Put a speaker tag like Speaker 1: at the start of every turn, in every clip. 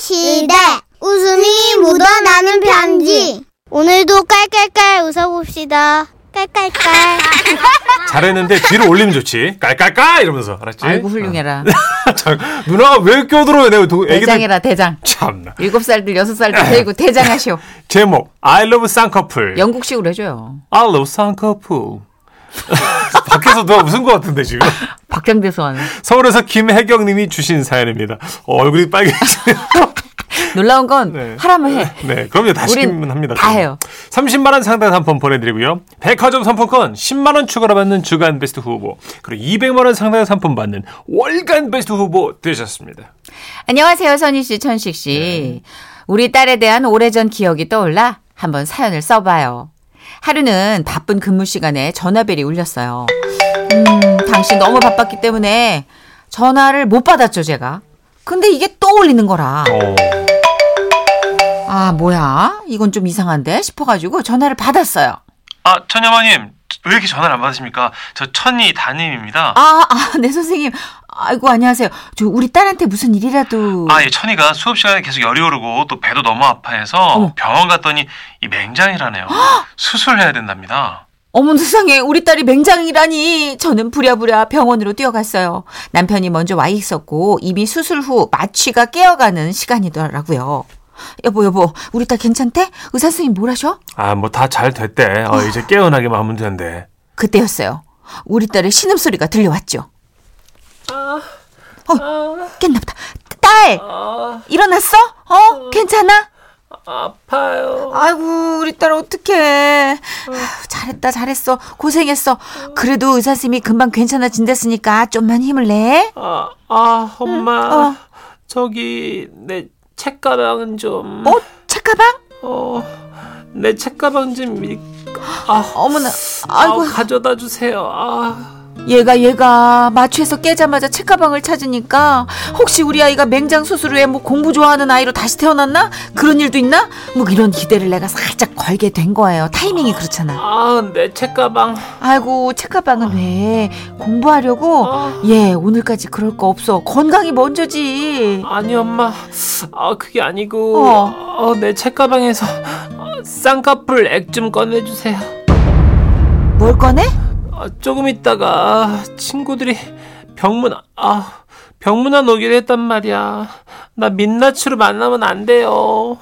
Speaker 1: 시대 웃음이 묻어나는 편지 오늘도 깔깔깔 웃어봅시다 깔깔깔
Speaker 2: 잘했는데 뒤로 올리면 좋지. 깔깔깔 이러면서 알았지?
Speaker 3: 아이고 훌륭해라.
Speaker 2: 참, 누나가 왜 껴들어요? 내가 도- 애기들
Speaker 3: 대장해라 대장.
Speaker 2: 참나.
Speaker 3: 일곱 살들 여섯 살들 데리고 대장하시오.
Speaker 2: 제목 I love 쌍꺼풀.
Speaker 3: 영국식으로 해줘요.
Speaker 2: I love 쌍꺼풀. 밖에서 누가 웃은 것 같은데 지금.
Speaker 3: 박장대 소환.
Speaker 2: 서울에서 김혜경님이 주신 사연입니다. 어, 얼굴이 빨개지네요.
Speaker 3: 놀라운 건
Speaker 2: 네.
Speaker 3: 하라면 해.
Speaker 2: 네, 그럼요. 다
Speaker 3: 우린
Speaker 2: 시키면 합니다.
Speaker 3: 다 해요.
Speaker 2: 30만 원 상당 상품 보내드리고요. 백화점 상품권 10만 원 추가로 받는 주간 베스트 후보 그리고 200만 원 상당 상품 받는 월간 베스트 후보 되셨습니다.
Speaker 3: 안녕하세요 선희 씨, 천식
Speaker 2: 네.
Speaker 3: 씨. 우리 딸에 대한 오래전 기억이 떠올라 한번 사연을 써봐요. 하루는 바쁜 근무 시간에 전화벨이 울렸어요. 음, 당시 너무 바빴기 때문에 전화를 못 받았죠 제가. 근데 이게 또 울리는 거라.
Speaker 2: 어.
Speaker 3: 아 뭐야? 이건 좀 이상한데 싶어가지고 전화를 받았어요.
Speaker 2: 아 천여마님 왜 이렇게 전화를 안 받으십니까? 저 천이 담임입니다.
Speaker 3: 아, 아, 네, 선생님. 아이고, 안녕하세요. 저, 우리 딸한테 무슨 일이라도.
Speaker 4: 네.
Speaker 5: 아, 예, 천이가 수업 시간에 계속 열이 오르고 또 배도 너무 아파해서
Speaker 3: 어머.
Speaker 5: 병원 갔더니 이 맹장이라네요. 수술해야 된답니다.
Speaker 3: 어머 세상에, 우리 딸이 맹장이라니. 저는 부랴부랴 병원으로 뛰어갔어요. 남편이 먼저 와 있었고, 이미 수술 후 마취가 깨어가는 시간이더라고요. 여보, 여보, 우리 딸 괜찮대? 의사 선생님 뭘 하셔?
Speaker 2: 아 뭐 다 잘 됐대.
Speaker 4: 아.
Speaker 2: 어, 이제 깨어나기만 하면 된대.
Speaker 3: 그때였어요. 우리 딸의 신음소리가 들려왔죠. 어, 깼나 보다. 딸! 일어났어? 어? 괜찮아? 아파요. 아이고, 우리 딸 어떡해. 아휴, 잘했다, 잘했어. 고생했어. 그래도 의사쌤이 금방 괜찮아진댔으니까 좀만 힘을 내.
Speaker 4: 아, 아 엄마
Speaker 3: 어.
Speaker 4: 저기 내 책가방은 좀
Speaker 3: 어? 책가방?
Speaker 4: 어, 내 책가방 좀 이- 아,
Speaker 3: 어머나.
Speaker 4: 아우,
Speaker 3: 아이고,
Speaker 4: 가져다 주세요 아,
Speaker 3: 얘가 얘가 마취해서 깨자마자 책가방을 찾으니까 혹시 우리 아이가 맹장 수술 후에 뭐 공부 좋아하는 아이로 다시 태어났나 그런 일도 있나 뭐 이런 기대를 내가 살짝 걸게 된 거예요 타이밍이 그렇잖아
Speaker 4: 아, 내 책가방
Speaker 3: 아이고 책가방은 왜 공부하려고
Speaker 4: 아,
Speaker 3: 예 오늘까지 그럴 거 없어 건강이 먼저지
Speaker 4: 아니 엄마 아 그게 아니고
Speaker 3: 어.
Speaker 4: 어, 내 책가방에서 어, 쌍꺼풀 액 좀 꺼내주세요
Speaker 3: 뭘 꺼내
Speaker 4: 아, 조금 있다가 친구들이 병문 아 병문안 오기로 했단 말이야 나 민낯으로 만나면 안 돼요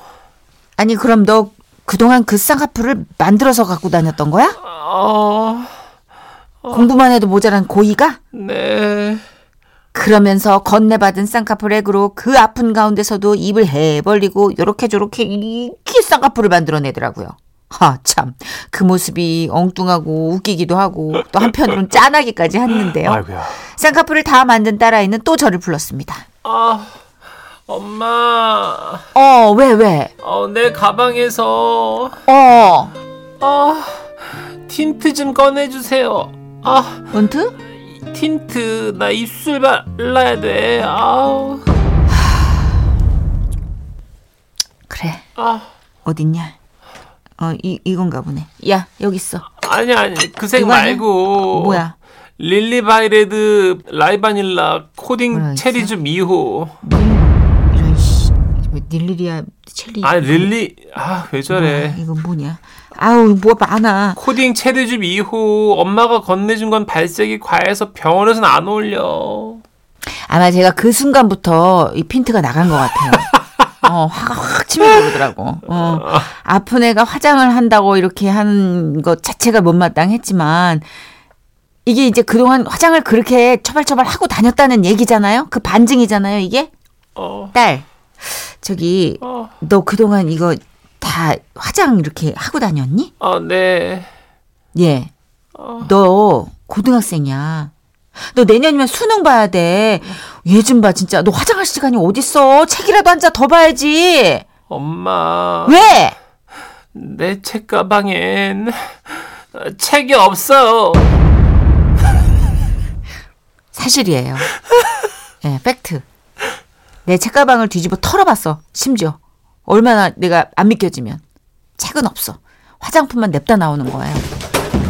Speaker 3: 아니 그럼 너 그동안 그 쌍꺼풀을 만들어서 갖고 다녔던 거야
Speaker 4: 어,
Speaker 3: 공부만 해도 모자란 고의가
Speaker 4: 네.
Speaker 3: 그러면서 건네받은 쌍꺼풀액으로 그 아픈 가운데서도 입을 해벌리고 요렇게 저렇게 이렇게 쌍꺼풀을 만들어내더라고요. 아 참. 그 모습이 엉뚱하고 웃기기도 하고 또 한편으론 짠하기까지 했는데요.
Speaker 2: 아이고야.
Speaker 3: 쌍꺼풀을 다 만든 딸아이는 또 저를 불렀습니다.
Speaker 4: 아, 엄마.
Speaker 3: 어, 왜, 왜?
Speaker 4: 어, 내 가방에서
Speaker 3: 어,
Speaker 4: 아, 틴트 좀 꺼내 주세요. 아,
Speaker 3: 은트?
Speaker 4: 틴트 나 입술 발라야 돼. 아우.
Speaker 3: 그래,
Speaker 4: 아,
Speaker 3: 어딨냐? 어, 이, 이건가 보네. 야, 여기 있어.
Speaker 4: 아니 아니. 그 색
Speaker 3: 이거 아니야?
Speaker 4: 말고.
Speaker 3: 뭐야?
Speaker 4: 릴리 바이레드 라이 바닐라
Speaker 3: 뭐라
Speaker 4: 코딩 체리즙 2호.
Speaker 3: 이런, 씨. 뭐, 닐리리아, 첼리.
Speaker 4: 아, 릴리. 아, 왜 저래?
Speaker 3: 이거 뭐냐? 아우, 뭐 많아.
Speaker 4: 코딩 체리즙 2호 엄마가 건네준 건 발색이 과해서 병원에선 안 어울려.
Speaker 3: 아마 제가 그 순간부터 이 핀트가 나간 것 같아요. 어, 화가 확 치밀어오더라고. 어, 아픈 애가 화장을 한다고 이렇게 한 것 자체가 못마땅했지만, 이게 이제 그동안 화장을 그렇게 처발처발 하고 다녔다는 얘기잖아요? 그 반증이잖아요, 이게?
Speaker 4: 어.
Speaker 3: 딸, 저기,
Speaker 4: 어.
Speaker 3: 너 그동안 이거 다 화장 이렇게 하고 다녔니?
Speaker 4: 아, 네.
Speaker 3: 예.
Speaker 4: 어.
Speaker 3: 너 고등학생이야. 너 내년이면 수능 봐야 돼. 얘 좀 봐, 진짜. 너 화장할 시간이 어딨어? 책이라도 한 자 더 봐야지.
Speaker 4: 엄마.
Speaker 3: 왜?
Speaker 4: 내 책가방엔 책이 없어요.
Speaker 3: 사실이에요. 예, 팩트. 내 책가방을 뒤집어 털어봤어. 심지어. 얼마나 내가 안 믿겨지면. 책은 없어. 화장품만 냅다 나오는 거예요.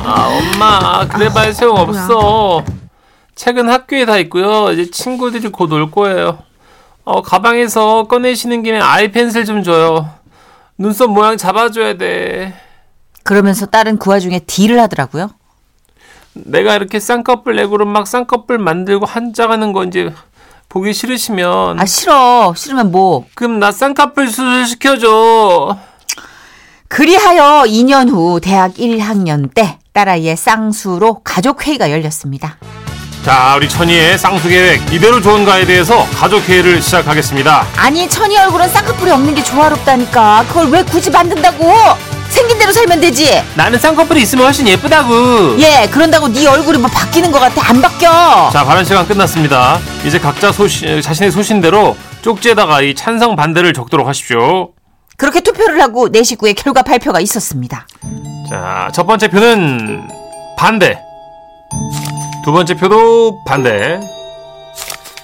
Speaker 4: 아, 엄마. 그래 봐야 소용 없어. 책은 학교에 다 있고요. 이제 친구들이 곧 올 거예요. 어, 가방에서 꺼내시는 김에 아이 펜슬 좀 줘요. 눈썹 모양 잡아줘야 돼.
Speaker 3: 그러면서 딸은 그 와중에 딜을 하더라고요.
Speaker 4: 내가 이렇게 쌍꺼풀 렉으로 막 쌍꺼풀 만들고 한장하는 건지 보기 싫으시면
Speaker 3: 아 싫어 싫으면 뭐
Speaker 4: 그럼 나 쌍꺼풀 수술 시켜줘.
Speaker 3: 그리하여 2년 후 대학 1학년 때 딸아이의 쌍수로 가족회의가 열렸습니다.
Speaker 2: 자, 우리 천이의 쌍수 계획 이대로 좋은가에 대해서 가족 회의를 시작하겠습니다.
Speaker 3: 아니 천이 얼굴은 쌍꺼풀이 없는 게 조화롭다니까 그걸 왜 굳이 만든다고 생긴 대로 살면 되지
Speaker 4: 나는 쌍꺼풀이 있으면 훨씬 예쁘다고.
Speaker 3: 예 그런다고 네 얼굴이 뭐 바뀌는 것 같아 안 바뀌어
Speaker 2: 자, 발언 시간 끝났습니다. 이제 각자 소신, 자신의 소신대로 쪽지에다가 이 찬성 반대를 적도록 하십시오.
Speaker 3: 그렇게 투표를 하고 내 식구의 결과 발표가 있었습니다
Speaker 2: 자, 첫 번째 표는 반대. 두 번째 표도 반대.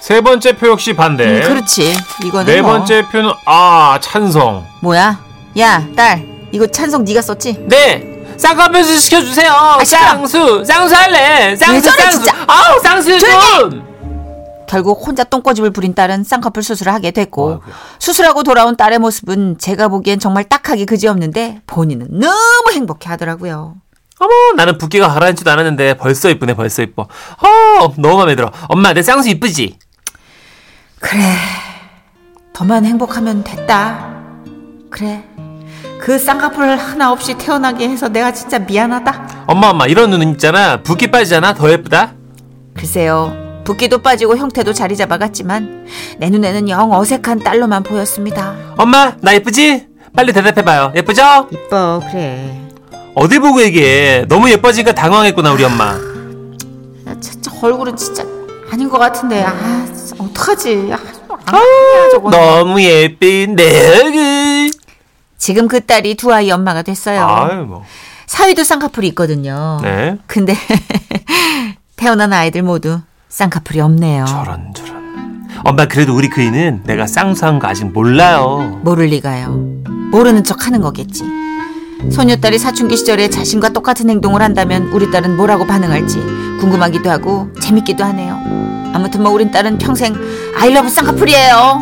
Speaker 2: 세 번째 표 역시 반대.
Speaker 3: 음, 그렇지 이거는
Speaker 2: 네
Speaker 3: 뭐.
Speaker 2: 번째 표는 아, 찬성.
Speaker 3: 뭐야 야 딸 이거 찬성 네가 썼지
Speaker 4: 네. 쌍꺼풀 수술 시켜주세요.
Speaker 3: 싫어.
Speaker 4: 쌍수, 쌍수 할래. 쌍수,
Speaker 3: 아, 저래,
Speaker 4: 쌍수.
Speaker 3: 진짜.
Speaker 4: 아우 쌍수 좀.
Speaker 3: 결국 혼자 똥꼬집을 부린 딸은 쌍꺼풀 수술을 하게 됐고 수술하고 돌아온 딸의 모습은 제가 보기엔 정말 딱하기 그지없는데 본인은 너무 행복해 하더라고요
Speaker 4: 어머, 나는 붓기가 가라앉지도 않았는데 벌써 이쁘네, 벌써 이뻐. 어, 너무 마음에 들어. 엄마, 내 쌍수 이쁘지?
Speaker 3: 그래. 더만 행복하면 됐다. 그래. 그 쌍꺼풀 하나 없이 태어나게 해서 내가 진짜 미안하다.
Speaker 4: 엄마, 엄마, 이런 눈 있잖아. 붓기 빠지잖아. 더 예쁘다.
Speaker 3: 글쎄요. 붓기도 빠지고 형태도 자리 잡아갔지만 내 눈에는 영 어색한 딸로만 보였습니다.
Speaker 4: 엄마, 나 예쁘지? 빨리 대답해봐요. 예쁘죠?
Speaker 3: 이뻐 그래.
Speaker 4: 어디 보고 얘기해. 너무 예뻐지니까 당황했구나, 우리 엄마.
Speaker 2: 아,
Speaker 3: 나 진짜 얼굴은 진짜 아닌 것 같은데 아 진짜 어떡하지? 아, 아, 저거.
Speaker 4: 너무 예쁜 내 얼굴.
Speaker 3: 지금 그 딸이 두 아이 엄마가 됐어요.
Speaker 2: 아유, 뭐.
Speaker 3: 사위도 쌍꺼풀이 있거든요.
Speaker 2: 네.
Speaker 3: 근데 태어난 아이들 모두 쌍꺼풀이 없네요.
Speaker 4: 저런, 저런. 엄마, 그래도 우리 그이는 내가 쌍수한 거 아직 몰라요.
Speaker 3: 모를 리가요. 모르는 척 하는 거겠지. 소녀딸이 사춘기 시절에 자신과 똑같은 행동을 한다면 우리 딸은 뭐라고 반응할지 궁금하기도 하고 재밌기도 하네요. 아무튼 뭐 우린 딸은 평생 아이러브 쌍꺼풀이에요.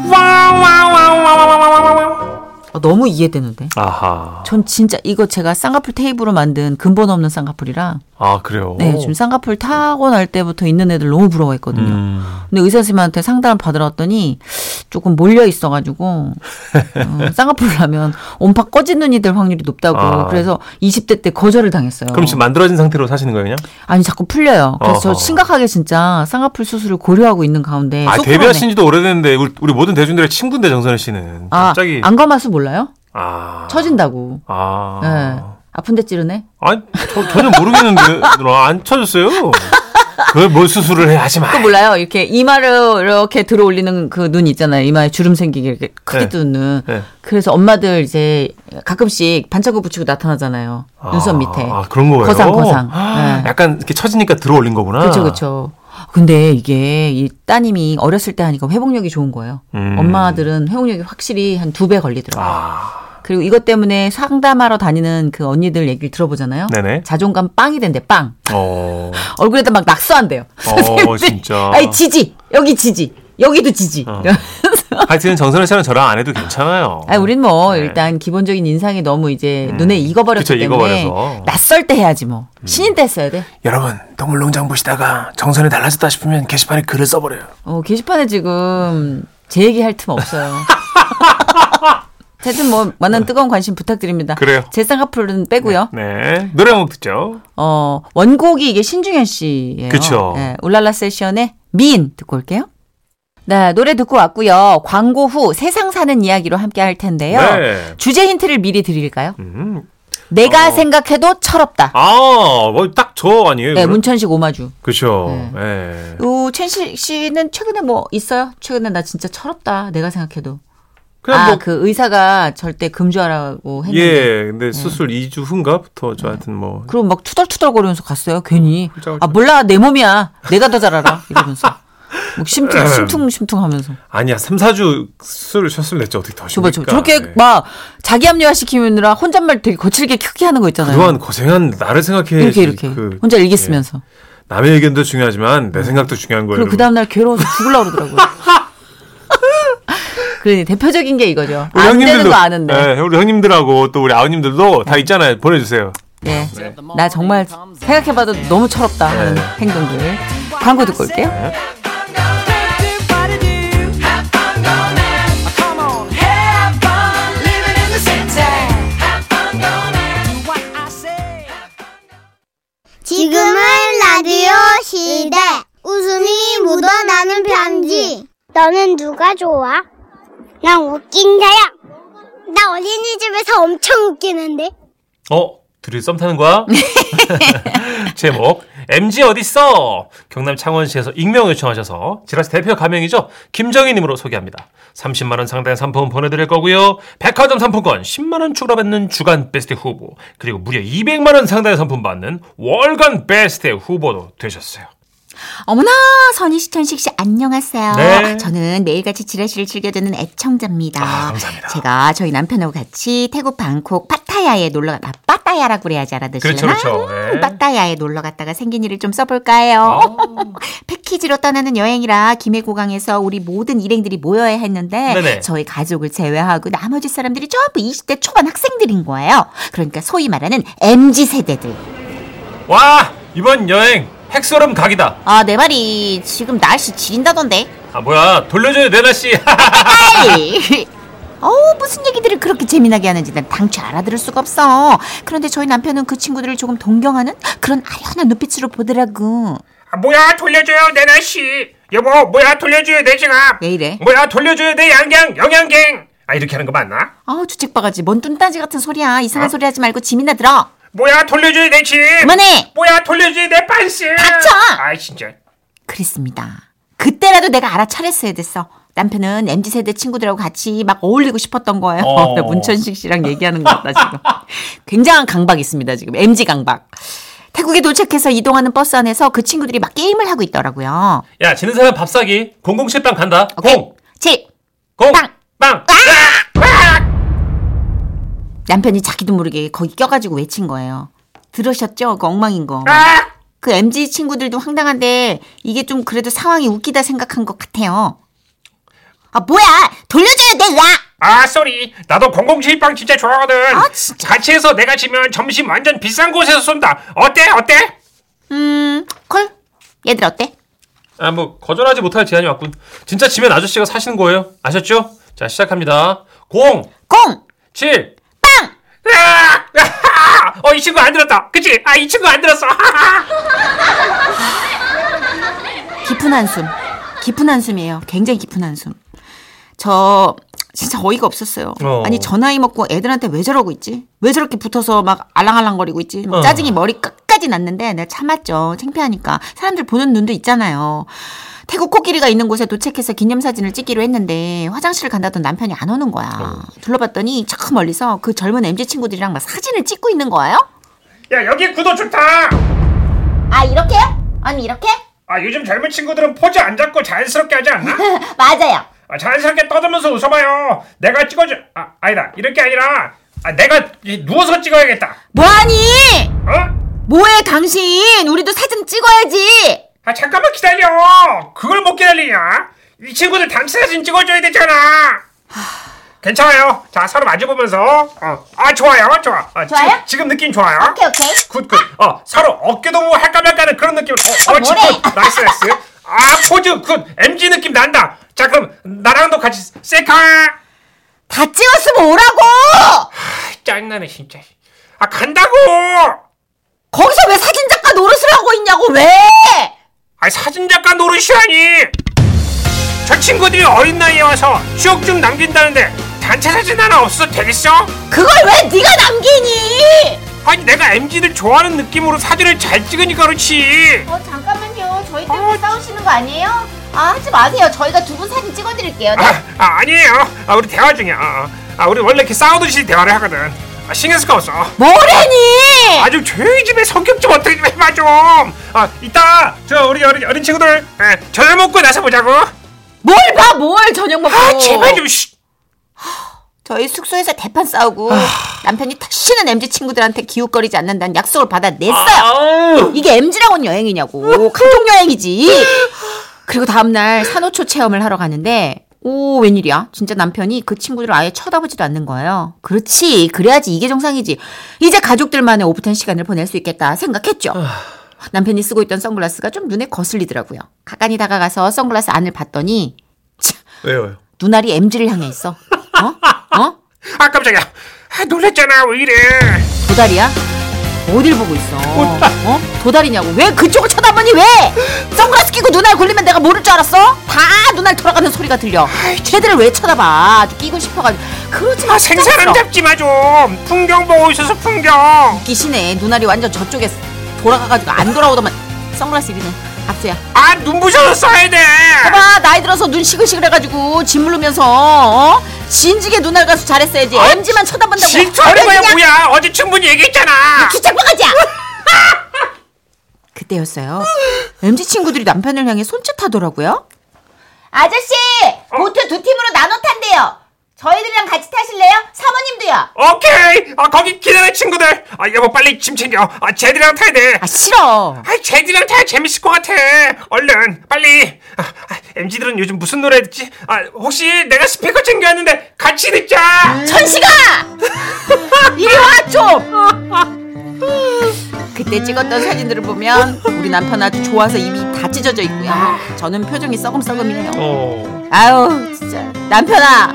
Speaker 3: 어, 너무 이해되는데.
Speaker 2: 아하.
Speaker 3: 전 진짜 이거 제가 쌍꺼풀 테이프로 만든 근본 없는 쌍꺼풀이라
Speaker 2: 아, 그래요?
Speaker 3: 네, 지금 쌍꺼풀 타고 날 때부터 있는 애들 너무 부러워했거든요.
Speaker 2: 음.
Speaker 3: 근데 의사 선생님한테 상담을 받으러 왔더니 조금 몰려 있어가지고 어, 쌍꺼풀 하면 온파 꺼지는 이들 확률이 높다고
Speaker 2: 아.
Speaker 3: 그래서 20대 때 거절을 당했어요.
Speaker 2: 그럼 지금 만들어진 상태로 사시는 거예요, 그냥?
Speaker 3: 아니 자꾸 풀려요. 그래서 저
Speaker 2: 어허.
Speaker 3: 심각하게 진짜 쌍꺼풀 수술을 고려하고 있는 가운데
Speaker 2: 아,
Speaker 3: 쏙
Speaker 2: 데뷔하신 지도 오래됐는데, 우리, 우리 모든 대중들의 친구인데, 정선혜 씨는.
Speaker 3: 네. 아,
Speaker 2: 갑자기.
Speaker 3: 안검하수 몰라요?
Speaker 2: 아.
Speaker 3: 처진다고.
Speaker 2: 아.
Speaker 3: 예. 아픈데 찌르네.
Speaker 2: 아니, 저, 전혀 모르겠는데, 누나. 안 쳐줬어요. 그걸 뭘 수술을 해, 하지 마.
Speaker 3: 또 몰라요. 이렇게 이마를 이렇게 들어 올리는 그 눈 있잖아요. 이마에 주름 생기게 이렇게 크게
Speaker 2: 네.
Speaker 3: 뜨는. 눈.
Speaker 2: 네.
Speaker 3: 그래서 엄마들 이제 가끔씩 반짝을 붙이고 나타나잖아요. 눈썹
Speaker 2: 아,
Speaker 3: 밑에.
Speaker 2: 아, 그런 거예요?
Speaker 3: 거상, 거상.
Speaker 2: 아,
Speaker 3: 네.
Speaker 2: 약간 이렇게 처지니까 들어올린 거구나.
Speaker 3: 그렇죠, 그렇죠. 근데 이게 이 따님이 어렸을 때 하니까 회복력이 좋은 거예요.
Speaker 2: 음.
Speaker 3: 엄마들은 회복력이 확실히 한 두 배 걸리더라고요.
Speaker 2: 아,
Speaker 3: 그리고 이것 때문에 상담하러 다니는 그 언니들 얘기를 들어보잖아요.
Speaker 2: 네네.
Speaker 3: 자존감 빵이 된대, 빵.
Speaker 2: 어.
Speaker 3: 얼굴에다 막 낙서한대요.
Speaker 2: 어, 진짜.
Speaker 3: 아니, 지지. 여기 지지. 여기도 지지.
Speaker 2: 어. 하여튼 정선혜 씨랑 저랑 안 해도 괜찮아요. 네.
Speaker 3: 아, 우린 뭐 일단 기본적인 인상이 너무 이제 눈에 익어버렸기
Speaker 2: 음. 그쵸,
Speaker 3: 때문에
Speaker 2: 익어버려서. 음. 낯설
Speaker 3: 낯설 때 해야지 뭐 신인 때 했어야 돼.
Speaker 2: 여러분, 동물농장 보시다가 정선이 달라졌다 싶으면 게시판에 글을 써버려요.
Speaker 3: 어, 게시판에 지금 제 얘기할 틈 없어요. 하여튼 뭐 많은 뜨거운 관심 부탁드립니다.
Speaker 2: 그래요.
Speaker 3: 제 쌍꺼풀은 빼고요.
Speaker 2: 네. 노래 한곡 듣죠.
Speaker 3: 어 원곡이 이게 신중현 씨예요.
Speaker 2: 그쵸.
Speaker 3: 예, 울랄라 세션의 미인 듣고 올게요. 네 노래 듣고 왔고요. 광고 후 세상 사는 이야기로 함께 할 텐데요.
Speaker 2: 네.
Speaker 3: 주제 힌트를 미리 드릴까요?
Speaker 2: 음.
Speaker 3: 내가 생각해도 철없다.
Speaker 2: 아, 뭐 딱 저 아니에요?
Speaker 3: 네,
Speaker 2: 이거는?
Speaker 3: 문천식 네. 오마주.
Speaker 2: 그렇죠. 예.
Speaker 3: 요 첸씨 씨는 최근에 뭐 있어요? 최근에 나 진짜 철없다. 내가 생각해도.
Speaker 2: 그냥
Speaker 3: 아,
Speaker 2: 뭐
Speaker 3: 그 의사가 절대 금주하라고 했는데. 네.
Speaker 2: 예, 근데 수술 2주 후인가부터 저한테는 뭐
Speaker 3: 그럼 막 투덜투덜거리면서 갔어요. 괜히.
Speaker 2: 훌쩍훌쩍.
Speaker 3: 아, 몰라. 내 몸이야. 내가 더 잘 알아. 이러면서. 막
Speaker 2: 네.
Speaker 3: 심퉁 심퉁 심퉁 하면서.
Speaker 2: 아니야 3, 4주 수술을 쉬었으면 됐죠 어떻게 더
Speaker 3: 줘봐
Speaker 2: 쉬니까
Speaker 3: 줘. 저렇게
Speaker 2: 네.
Speaker 3: 막 자기 합리화 시키느라 혼잣말 되게 거칠게 크게 하는 거 있잖아요.
Speaker 2: 그동안 고생한 나를 생각해
Speaker 3: 이렇게 이렇게 네.
Speaker 2: 그
Speaker 3: 혼자 일기 쓰면서.
Speaker 2: 남의 뭐 의견도 중요하지만 내 생각도 중요한 거예요.
Speaker 3: 그리고 그 다음 날 괴로워서 죽을라 그러더라고요. 그러니 대표적인 게 이거죠.
Speaker 2: 우리
Speaker 3: 안 되는 거 아는데. 네.
Speaker 2: 예, 우리 형님들하고 또 우리 아우님들도 다 있잖아요. 보내주세요.
Speaker 3: 예.
Speaker 6: 네.
Speaker 3: 나 정말 생각해봐도 너무 철없다 하는 행동들. 광고 듣고 올게요.
Speaker 6: 네.
Speaker 1: 지금은 라디오 시대. 웃음이 묻어나는 편지. 너는 누가 좋아? 난 웃긴 자야. 나 어린이집에서 엄청 웃기는데.
Speaker 2: 어? 둘이 썸 타는 거야? 제목 MG 어딨어? 경남 창원시에서 익명 요청하셔서 지라스 대표 가명이죠. 김정희님으로 소개합니다. 30만 원 상당의 상품 보내드릴 거고요. 백화점 상품권 10만 원 추가로 받는 주간 베스트 후보 그리고 무려 200만 원 상당의 상품 받는 월간 베스트 후보도 되셨어요.
Speaker 7: 어머나 선희 씨, 천식 씨 안녕하세요.
Speaker 2: 네.
Speaker 7: 저는 매일같이 지라시를 즐겨듣는 애청자입니다.
Speaker 2: 아, 감사합니다.
Speaker 7: 제가 저희 남편하고 같이 태국 방콕 파타야에 놀러 가 아, 빠따야라고 그래야지 알아듣시려나? 음,
Speaker 2: 그렇죠, 그렇죠. 네. 아.
Speaker 7: 빠따야에 놀러 갔다가 생긴 일을 좀 써볼까 해요. 패키지로 떠나는 여행이라 김해고강에서 우리 모든 일행들이 모여야 했는데
Speaker 2: 네네.
Speaker 7: 저희 가족을 제외하고 나머지 사람들이 전부 20대 초반 학생들인 거예요. 그러니까 소위 말하는 MZ 세대들.
Speaker 2: 와 이번 여행 핵소름 각이다.
Speaker 7: 아 내 말이 지금 날씨 지린다던데.
Speaker 2: 아 뭐야 돌려줘요 내나 씨.
Speaker 7: 에이. 네. 어우 무슨 얘기들을 그렇게 재미나게 하는지 난 당최 알아들을 수가 없어. 그런데 저희 남편은 그 친구들을 조금 동경하는 그런 아련한 눈빛으로 보더라고.
Speaker 6: 아, 뭐야 돌려줘요 내나 씨. 여보 뭐야 돌려줘요 내 지갑.
Speaker 7: 왜 이래?
Speaker 6: 뭐야 돌려줘요 내 양양 영양갱. 아 이렇게 하는 거 맞나?
Speaker 7: 아우 주책바가지 뭔 뚱딴지 같은 소리야. 이상한 소리 하지 말고 지민아 들어.
Speaker 6: 어? 뭐야 돌려줘요 내 집.
Speaker 7: 그만해.
Speaker 6: 뭐야 돌려줘요 내 반스.
Speaker 7: 닥쳐!
Speaker 6: 아 진짜.
Speaker 7: 그랬습니다. 그때라도 내가 알아차렸어야 됐어. 남편은 MZ 세대 친구들하고 같이 막 어울리고 싶었던 거예요.
Speaker 2: 어.
Speaker 7: 문천식 씨랑 얘기하는 것 같다 지금. 굉장한 강박 있습니다 지금 MZ 강박. 태국에 도착해서 이동하는 버스 안에서 그 친구들이 막 게임을 하고 있더라고요.
Speaker 2: 야 지는 사람 밥 사기 007빵 간다. 공!
Speaker 7: 칠.
Speaker 2: 공!
Speaker 7: 빵.
Speaker 2: 빵!
Speaker 7: 남편이 자기도 모르게 거기 껴가지고 외친 거예요. 들으셨죠? 그 엉망인 거. 그 MZ 친구들도 황당한데 이게 좀 그래도 상황이 웃기다 생각한 것 같아요. 아 뭐야 돌려줘요 내가.
Speaker 6: 아 쏘리 나도 007빵 진짜 좋아하거든.
Speaker 7: 아, 진짜.
Speaker 6: 같이 해서 내가 지면 점심 완전 비싼 곳에서 쏜다. 어때 어때?
Speaker 7: 음, 콜? 얘들 어때?
Speaker 2: 아, 뭐, 거절하지 못할 제안이 왔군. 진짜 지면 아저씨가 사시는 거예요. 아셨죠? 자, 시작합니다. 0,
Speaker 7: 공!
Speaker 2: 7.
Speaker 6: 어 이 친구 안 들었다. 그치? 아 이 친구 안 들었어.
Speaker 7: 깊은 한숨. 깊은 한숨이에요. 굉장히 깊은 한숨. 저, 진짜 어이가 없었어요.
Speaker 2: 어.
Speaker 7: 아니, 저 나이 먹고 애들한테 왜 저러고 있지? 왜 저렇게 붙어서 막 알랑알랑거리고 있지? 막
Speaker 2: 어.
Speaker 7: 짜증이 머리 끝까지 났는데 내가 참았죠. 창피하니까. 사람들 보는 눈도 있잖아요. 태국 코끼리가 있는 곳에 도착해서 기념사진을 찍기로 했는데 화장실을 간다던 남편이 안 오는 거야. 둘러봤더니 저 멀리서 그 젊은 MZ 친구들이랑 막 사진을 찍고 있는 거예요?
Speaker 6: 야 여기 구도 좋다.
Speaker 7: 아, 이렇게? 아니, 이렇게?
Speaker 6: 아 요즘 젊은 친구들은 포즈 안 잡고 자연스럽게 하지 않나?
Speaker 7: 맞아요.
Speaker 6: 아, 자연스럽게 떠들면서 웃어봐요. 내가 찍어줘. 아, 아니다. 이렇게 아니라 아, 내가 이- 누워서 찍어야겠다.
Speaker 7: 뭐하니?
Speaker 6: 어?
Speaker 7: 뭐해 당신? 우리도 사진 찍어야지.
Speaker 6: 아, 잠깐만 기다려. 그걸 못 기다리냐? 이 친구들 단체 사진 찍어줘야 되잖아. 괜찮아요. 자, 서로 마주보면서. 어. 아, 좋아요. 좋아. 아,
Speaker 7: 좋아요?
Speaker 6: 지금, 지금 느낌 좋아요.
Speaker 7: 오케이 오케이.
Speaker 6: 굿굿. 어, 서로 어깨도 뭐 할까 말까는 그런 느낌. 어, 어,
Speaker 7: 뭐래?
Speaker 6: 굿. 나이스 나이스. 아, 포즈 굿. MG 느낌 난다. 자, 그럼 나랑도 같이 셀카.
Speaker 7: 다 찍었으면 오라고.
Speaker 6: 짜증나네 진짜. 아 간다고.
Speaker 7: 거기서 왜 사진 작가 노릇을 하고 있냐고 왜?
Speaker 6: 아 사진작가 노릇이라니. 저 친구들이 어린 나이에 와서 추억 좀 남긴다는데 단체 사진 하나 없어도 되겠어?
Speaker 7: 그걸 왜 네가 남기니?
Speaker 6: 아니 내가 MG들 좋아하는 느낌으로 사진을 잘 찍으니까 그렇지.
Speaker 7: 어 잠깐만요. 저희 때문에 싸우시는 거 아니에요? 아 하지 마세요. 저희가 두 분 사진 찍어드릴게요.
Speaker 6: 아, 아 아니에요. 아 우리 대화 중이야. 아, 아, 우리 원래 이렇게 싸우듯이 대화를 하거든. 아 신경 쓸 거 없어.
Speaker 7: 뭐래니?
Speaker 6: 아주 조용히 좀해 성격 좀 어떻게 좀 해봐 좀. 아 이따 저 우리 어린 어린 친구들 에, 저녁 먹고 나서 보자고.
Speaker 7: 뭘 봐 뭘 저녁 먹고?
Speaker 3: 어.
Speaker 6: 아 제발 좀. 쉬.
Speaker 7: 저희 숙소에서 대판 싸우고 남편이 다시는 MZ 친구들한테 기웃거리지 않는다는 약속을 받아냈어요.
Speaker 2: 아우!
Speaker 7: 이게 MG랑 온 여행이냐고. 감동 여행이지. 그리고 다음날 산호초 체험을 하러 가는데
Speaker 3: 오, 웬일이야? 진짜 남편이 그 친구들을 아예 쳐다보지도 않는 거예요. 그렇지. 그래야지 이게 정상이지. 이제 가족들만의 오붓한 시간을 보낼 수 있겠다 생각했죠.
Speaker 6: 아.
Speaker 3: 남편이 쓰고 있던 선글라스가 좀 눈에 거슬리더라고요. 가까이 다가가서 선글라스 안을 봤더니
Speaker 2: 왜요?
Speaker 3: 눈알이 MG를 향해 있어. 어? 어?
Speaker 6: 아 깜짝이야. 아, 놀랬잖아 왜 이래?
Speaker 3: 도다리야? 어딜 보고 있어? 어? 도다리냐고? 왜 그쪽을 쳐다보니 왜? 선글라스 끼고 눈알 굴리면 내가 모를 줄 알았어? 다 눈알 돌아가는 소리가 들려. 쟤들을 왜 쳐다봐? 아주 끼고 싶어가지고. 그러지 마.
Speaker 6: 아, 생사람 잡지 마 좀. 풍경 보고 있어서 풍경.
Speaker 3: 기시네. 눈알이 완전 저쪽에 돌아가가지고 안 돌아오더만. 선글라스 이리네. 압수야.
Speaker 6: 아 눈부셔서 써야 돼.
Speaker 3: 봐봐 나이 들어서 눈 시글시글해가지고 짓무르면서 어? 진지게 눈알 가수 잘했어야지. MG만 쳐다본다고.
Speaker 6: 질투하는 거야
Speaker 3: 어른이냐?
Speaker 6: 뭐야? 어제 충분히 얘기했잖아.
Speaker 3: 귀짝바가지야! 그때였어요. MZ 친구들이 남편을 향해 손짓하더라고요. 아저씨! 보트 두 팀으로 나눠 탄대요! 저희들이랑 같이 타실래요? 사모님도요!
Speaker 6: 오케이. 아 거기 기다려 친구들. 아 여보 빨리 짐 챙겨. 아 쟤들이랑 타야 돼.
Speaker 3: 아, 싫어!
Speaker 6: 아 쟤들이랑 타야 재밌을 것 같아. 얼른 빨리. 아, 아, MZ들은 요즘 무슨 노래 듣지? 아 혹시 내가 스피커 챙겨왔는데 같이 듣자.
Speaker 3: 천식아! 이리 와, 좀! 그때 찍었던 사진들을 보면 우리 남편 아주 좋아서 입이 다 찢어져 있고요. 저는 표정이 썩음썩음이네요.
Speaker 2: 어.
Speaker 3: 아유 진짜 남편아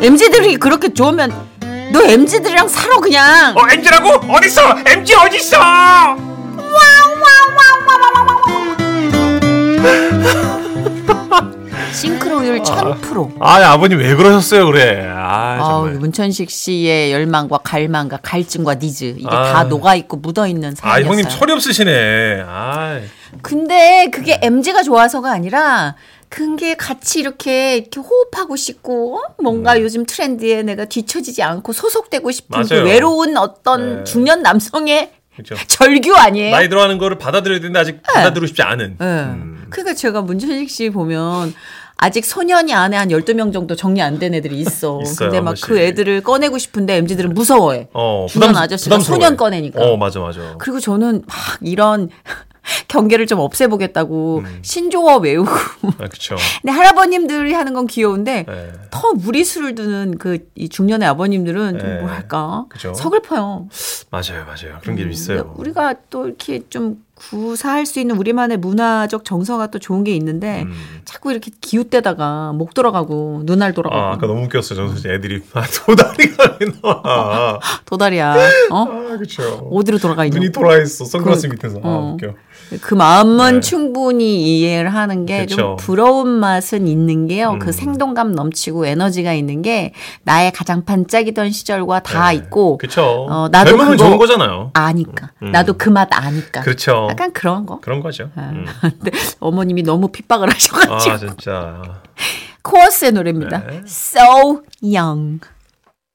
Speaker 3: MZ들이 그렇게 좋으면 너 MZ들이랑 살아 그냥
Speaker 6: 어 MZ라고? 어딨어? MZ 어딨어?
Speaker 3: 싱크로율 1000%
Speaker 2: 아, 아버님 왜 그러셨어요, 그래. 아,
Speaker 3: 아우
Speaker 2: 정말.
Speaker 3: 문천식 씨의 열망과 갈망과 갈증과 니즈 이게
Speaker 2: 아.
Speaker 3: 다 녹아 있고 묻어 있는
Speaker 2: 아,
Speaker 3: 사연이었어요.
Speaker 2: 형님 철이 없으시네. 아.
Speaker 3: 근데 그게
Speaker 2: 네.
Speaker 3: MZ가 좋아서가 아니라 그게 같이 이렇게 이렇게 호흡하고 싶고 어? 뭔가 요즘 트렌드에 내가 뒤처지지 않고 소속되고 싶은 그
Speaker 2: 음. 맞아요.
Speaker 3: 외로운 어떤
Speaker 2: 네.
Speaker 3: 중년 남성의
Speaker 2: 그렇죠.
Speaker 3: 절규 아니에요?
Speaker 2: 나이 들어가는 거를 받아들여야 되는데 아직 받아들이고 싶지 않은.
Speaker 3: 예.
Speaker 2: 음.
Speaker 3: 그러니까 제가 문천식 씨 보면 아직 소년이 안에 한 12명 정도 정리 안 된 애들이 있어.
Speaker 2: 있어요,
Speaker 3: 근데
Speaker 2: 한
Speaker 3: 막
Speaker 2: 번씩.
Speaker 3: 그 애들을 꺼내고 싶은데 MZ들은 무서워해.
Speaker 2: 어,
Speaker 3: 중년
Speaker 2: 부담-
Speaker 3: 아저씨가
Speaker 2: 부담스러워요.
Speaker 3: 소년 꺼내니까.
Speaker 2: 어, 맞아, 맞아.
Speaker 3: 그리고 저는 막 이런 경계를 좀 없애보겠다고
Speaker 2: 음.
Speaker 3: 신조어 외우고.
Speaker 2: 아, 그쵸.
Speaker 3: 근데 할아버님들이 하는 건 귀여운데
Speaker 2: 예.
Speaker 3: 더 무리수를 두는 그 이 중년의 아버님들은 좀
Speaker 2: 네.
Speaker 3: 뭐랄까
Speaker 2: 그죠.
Speaker 3: 서글퍼요.
Speaker 2: 맞아요, 맞아요. 그런 게 좀 있어요.
Speaker 3: 음, 우리가 또 이렇게 좀 구사할 수 있는 우리만의 문화적 정서가 또 좋은 게 있는데
Speaker 2: 음.
Speaker 3: 자꾸 이렇게 기웃대다가 목 돌아가고 눈알
Speaker 2: 아,
Speaker 3: 돌아가고
Speaker 2: 아까 너무 웃겼어요. 저는 사실 애들이 아, 도다리가 왜 나와.
Speaker 3: 도다리야 어
Speaker 2: 아, 그쵸.
Speaker 3: 어디로 돌아가 있는
Speaker 2: 눈이 돌아있어. 선글라스
Speaker 3: 그러니까.
Speaker 2: 밑에서.
Speaker 3: 어.
Speaker 2: 아, 웃겨.
Speaker 3: 그 마음은
Speaker 2: 네.
Speaker 3: 충분히 이해를 하는 게
Speaker 2: 그쵸.
Speaker 3: 좀 부러운 맛은 있는 게요 그
Speaker 2: 음.
Speaker 3: 생동감 넘치고 에너지가 있는 게 나의 가장 반짝이던 시절과 다
Speaker 2: 네.
Speaker 3: 있고
Speaker 2: 그쵸.
Speaker 3: 어, 나도
Speaker 2: 별명은
Speaker 3: 그거-
Speaker 2: 좋은 거잖아요.
Speaker 3: 아니까
Speaker 2: 음.
Speaker 3: 나도 그 맛 아니까
Speaker 2: 그렇죠.
Speaker 3: 약간 그런 거
Speaker 2: 그런 거죠. 음.
Speaker 3: 근데 어머님이 너무 핍박을 하셔가지고
Speaker 2: 아, 진짜.
Speaker 3: 코어스의 노래입니다
Speaker 2: 아. 네.
Speaker 3: So Young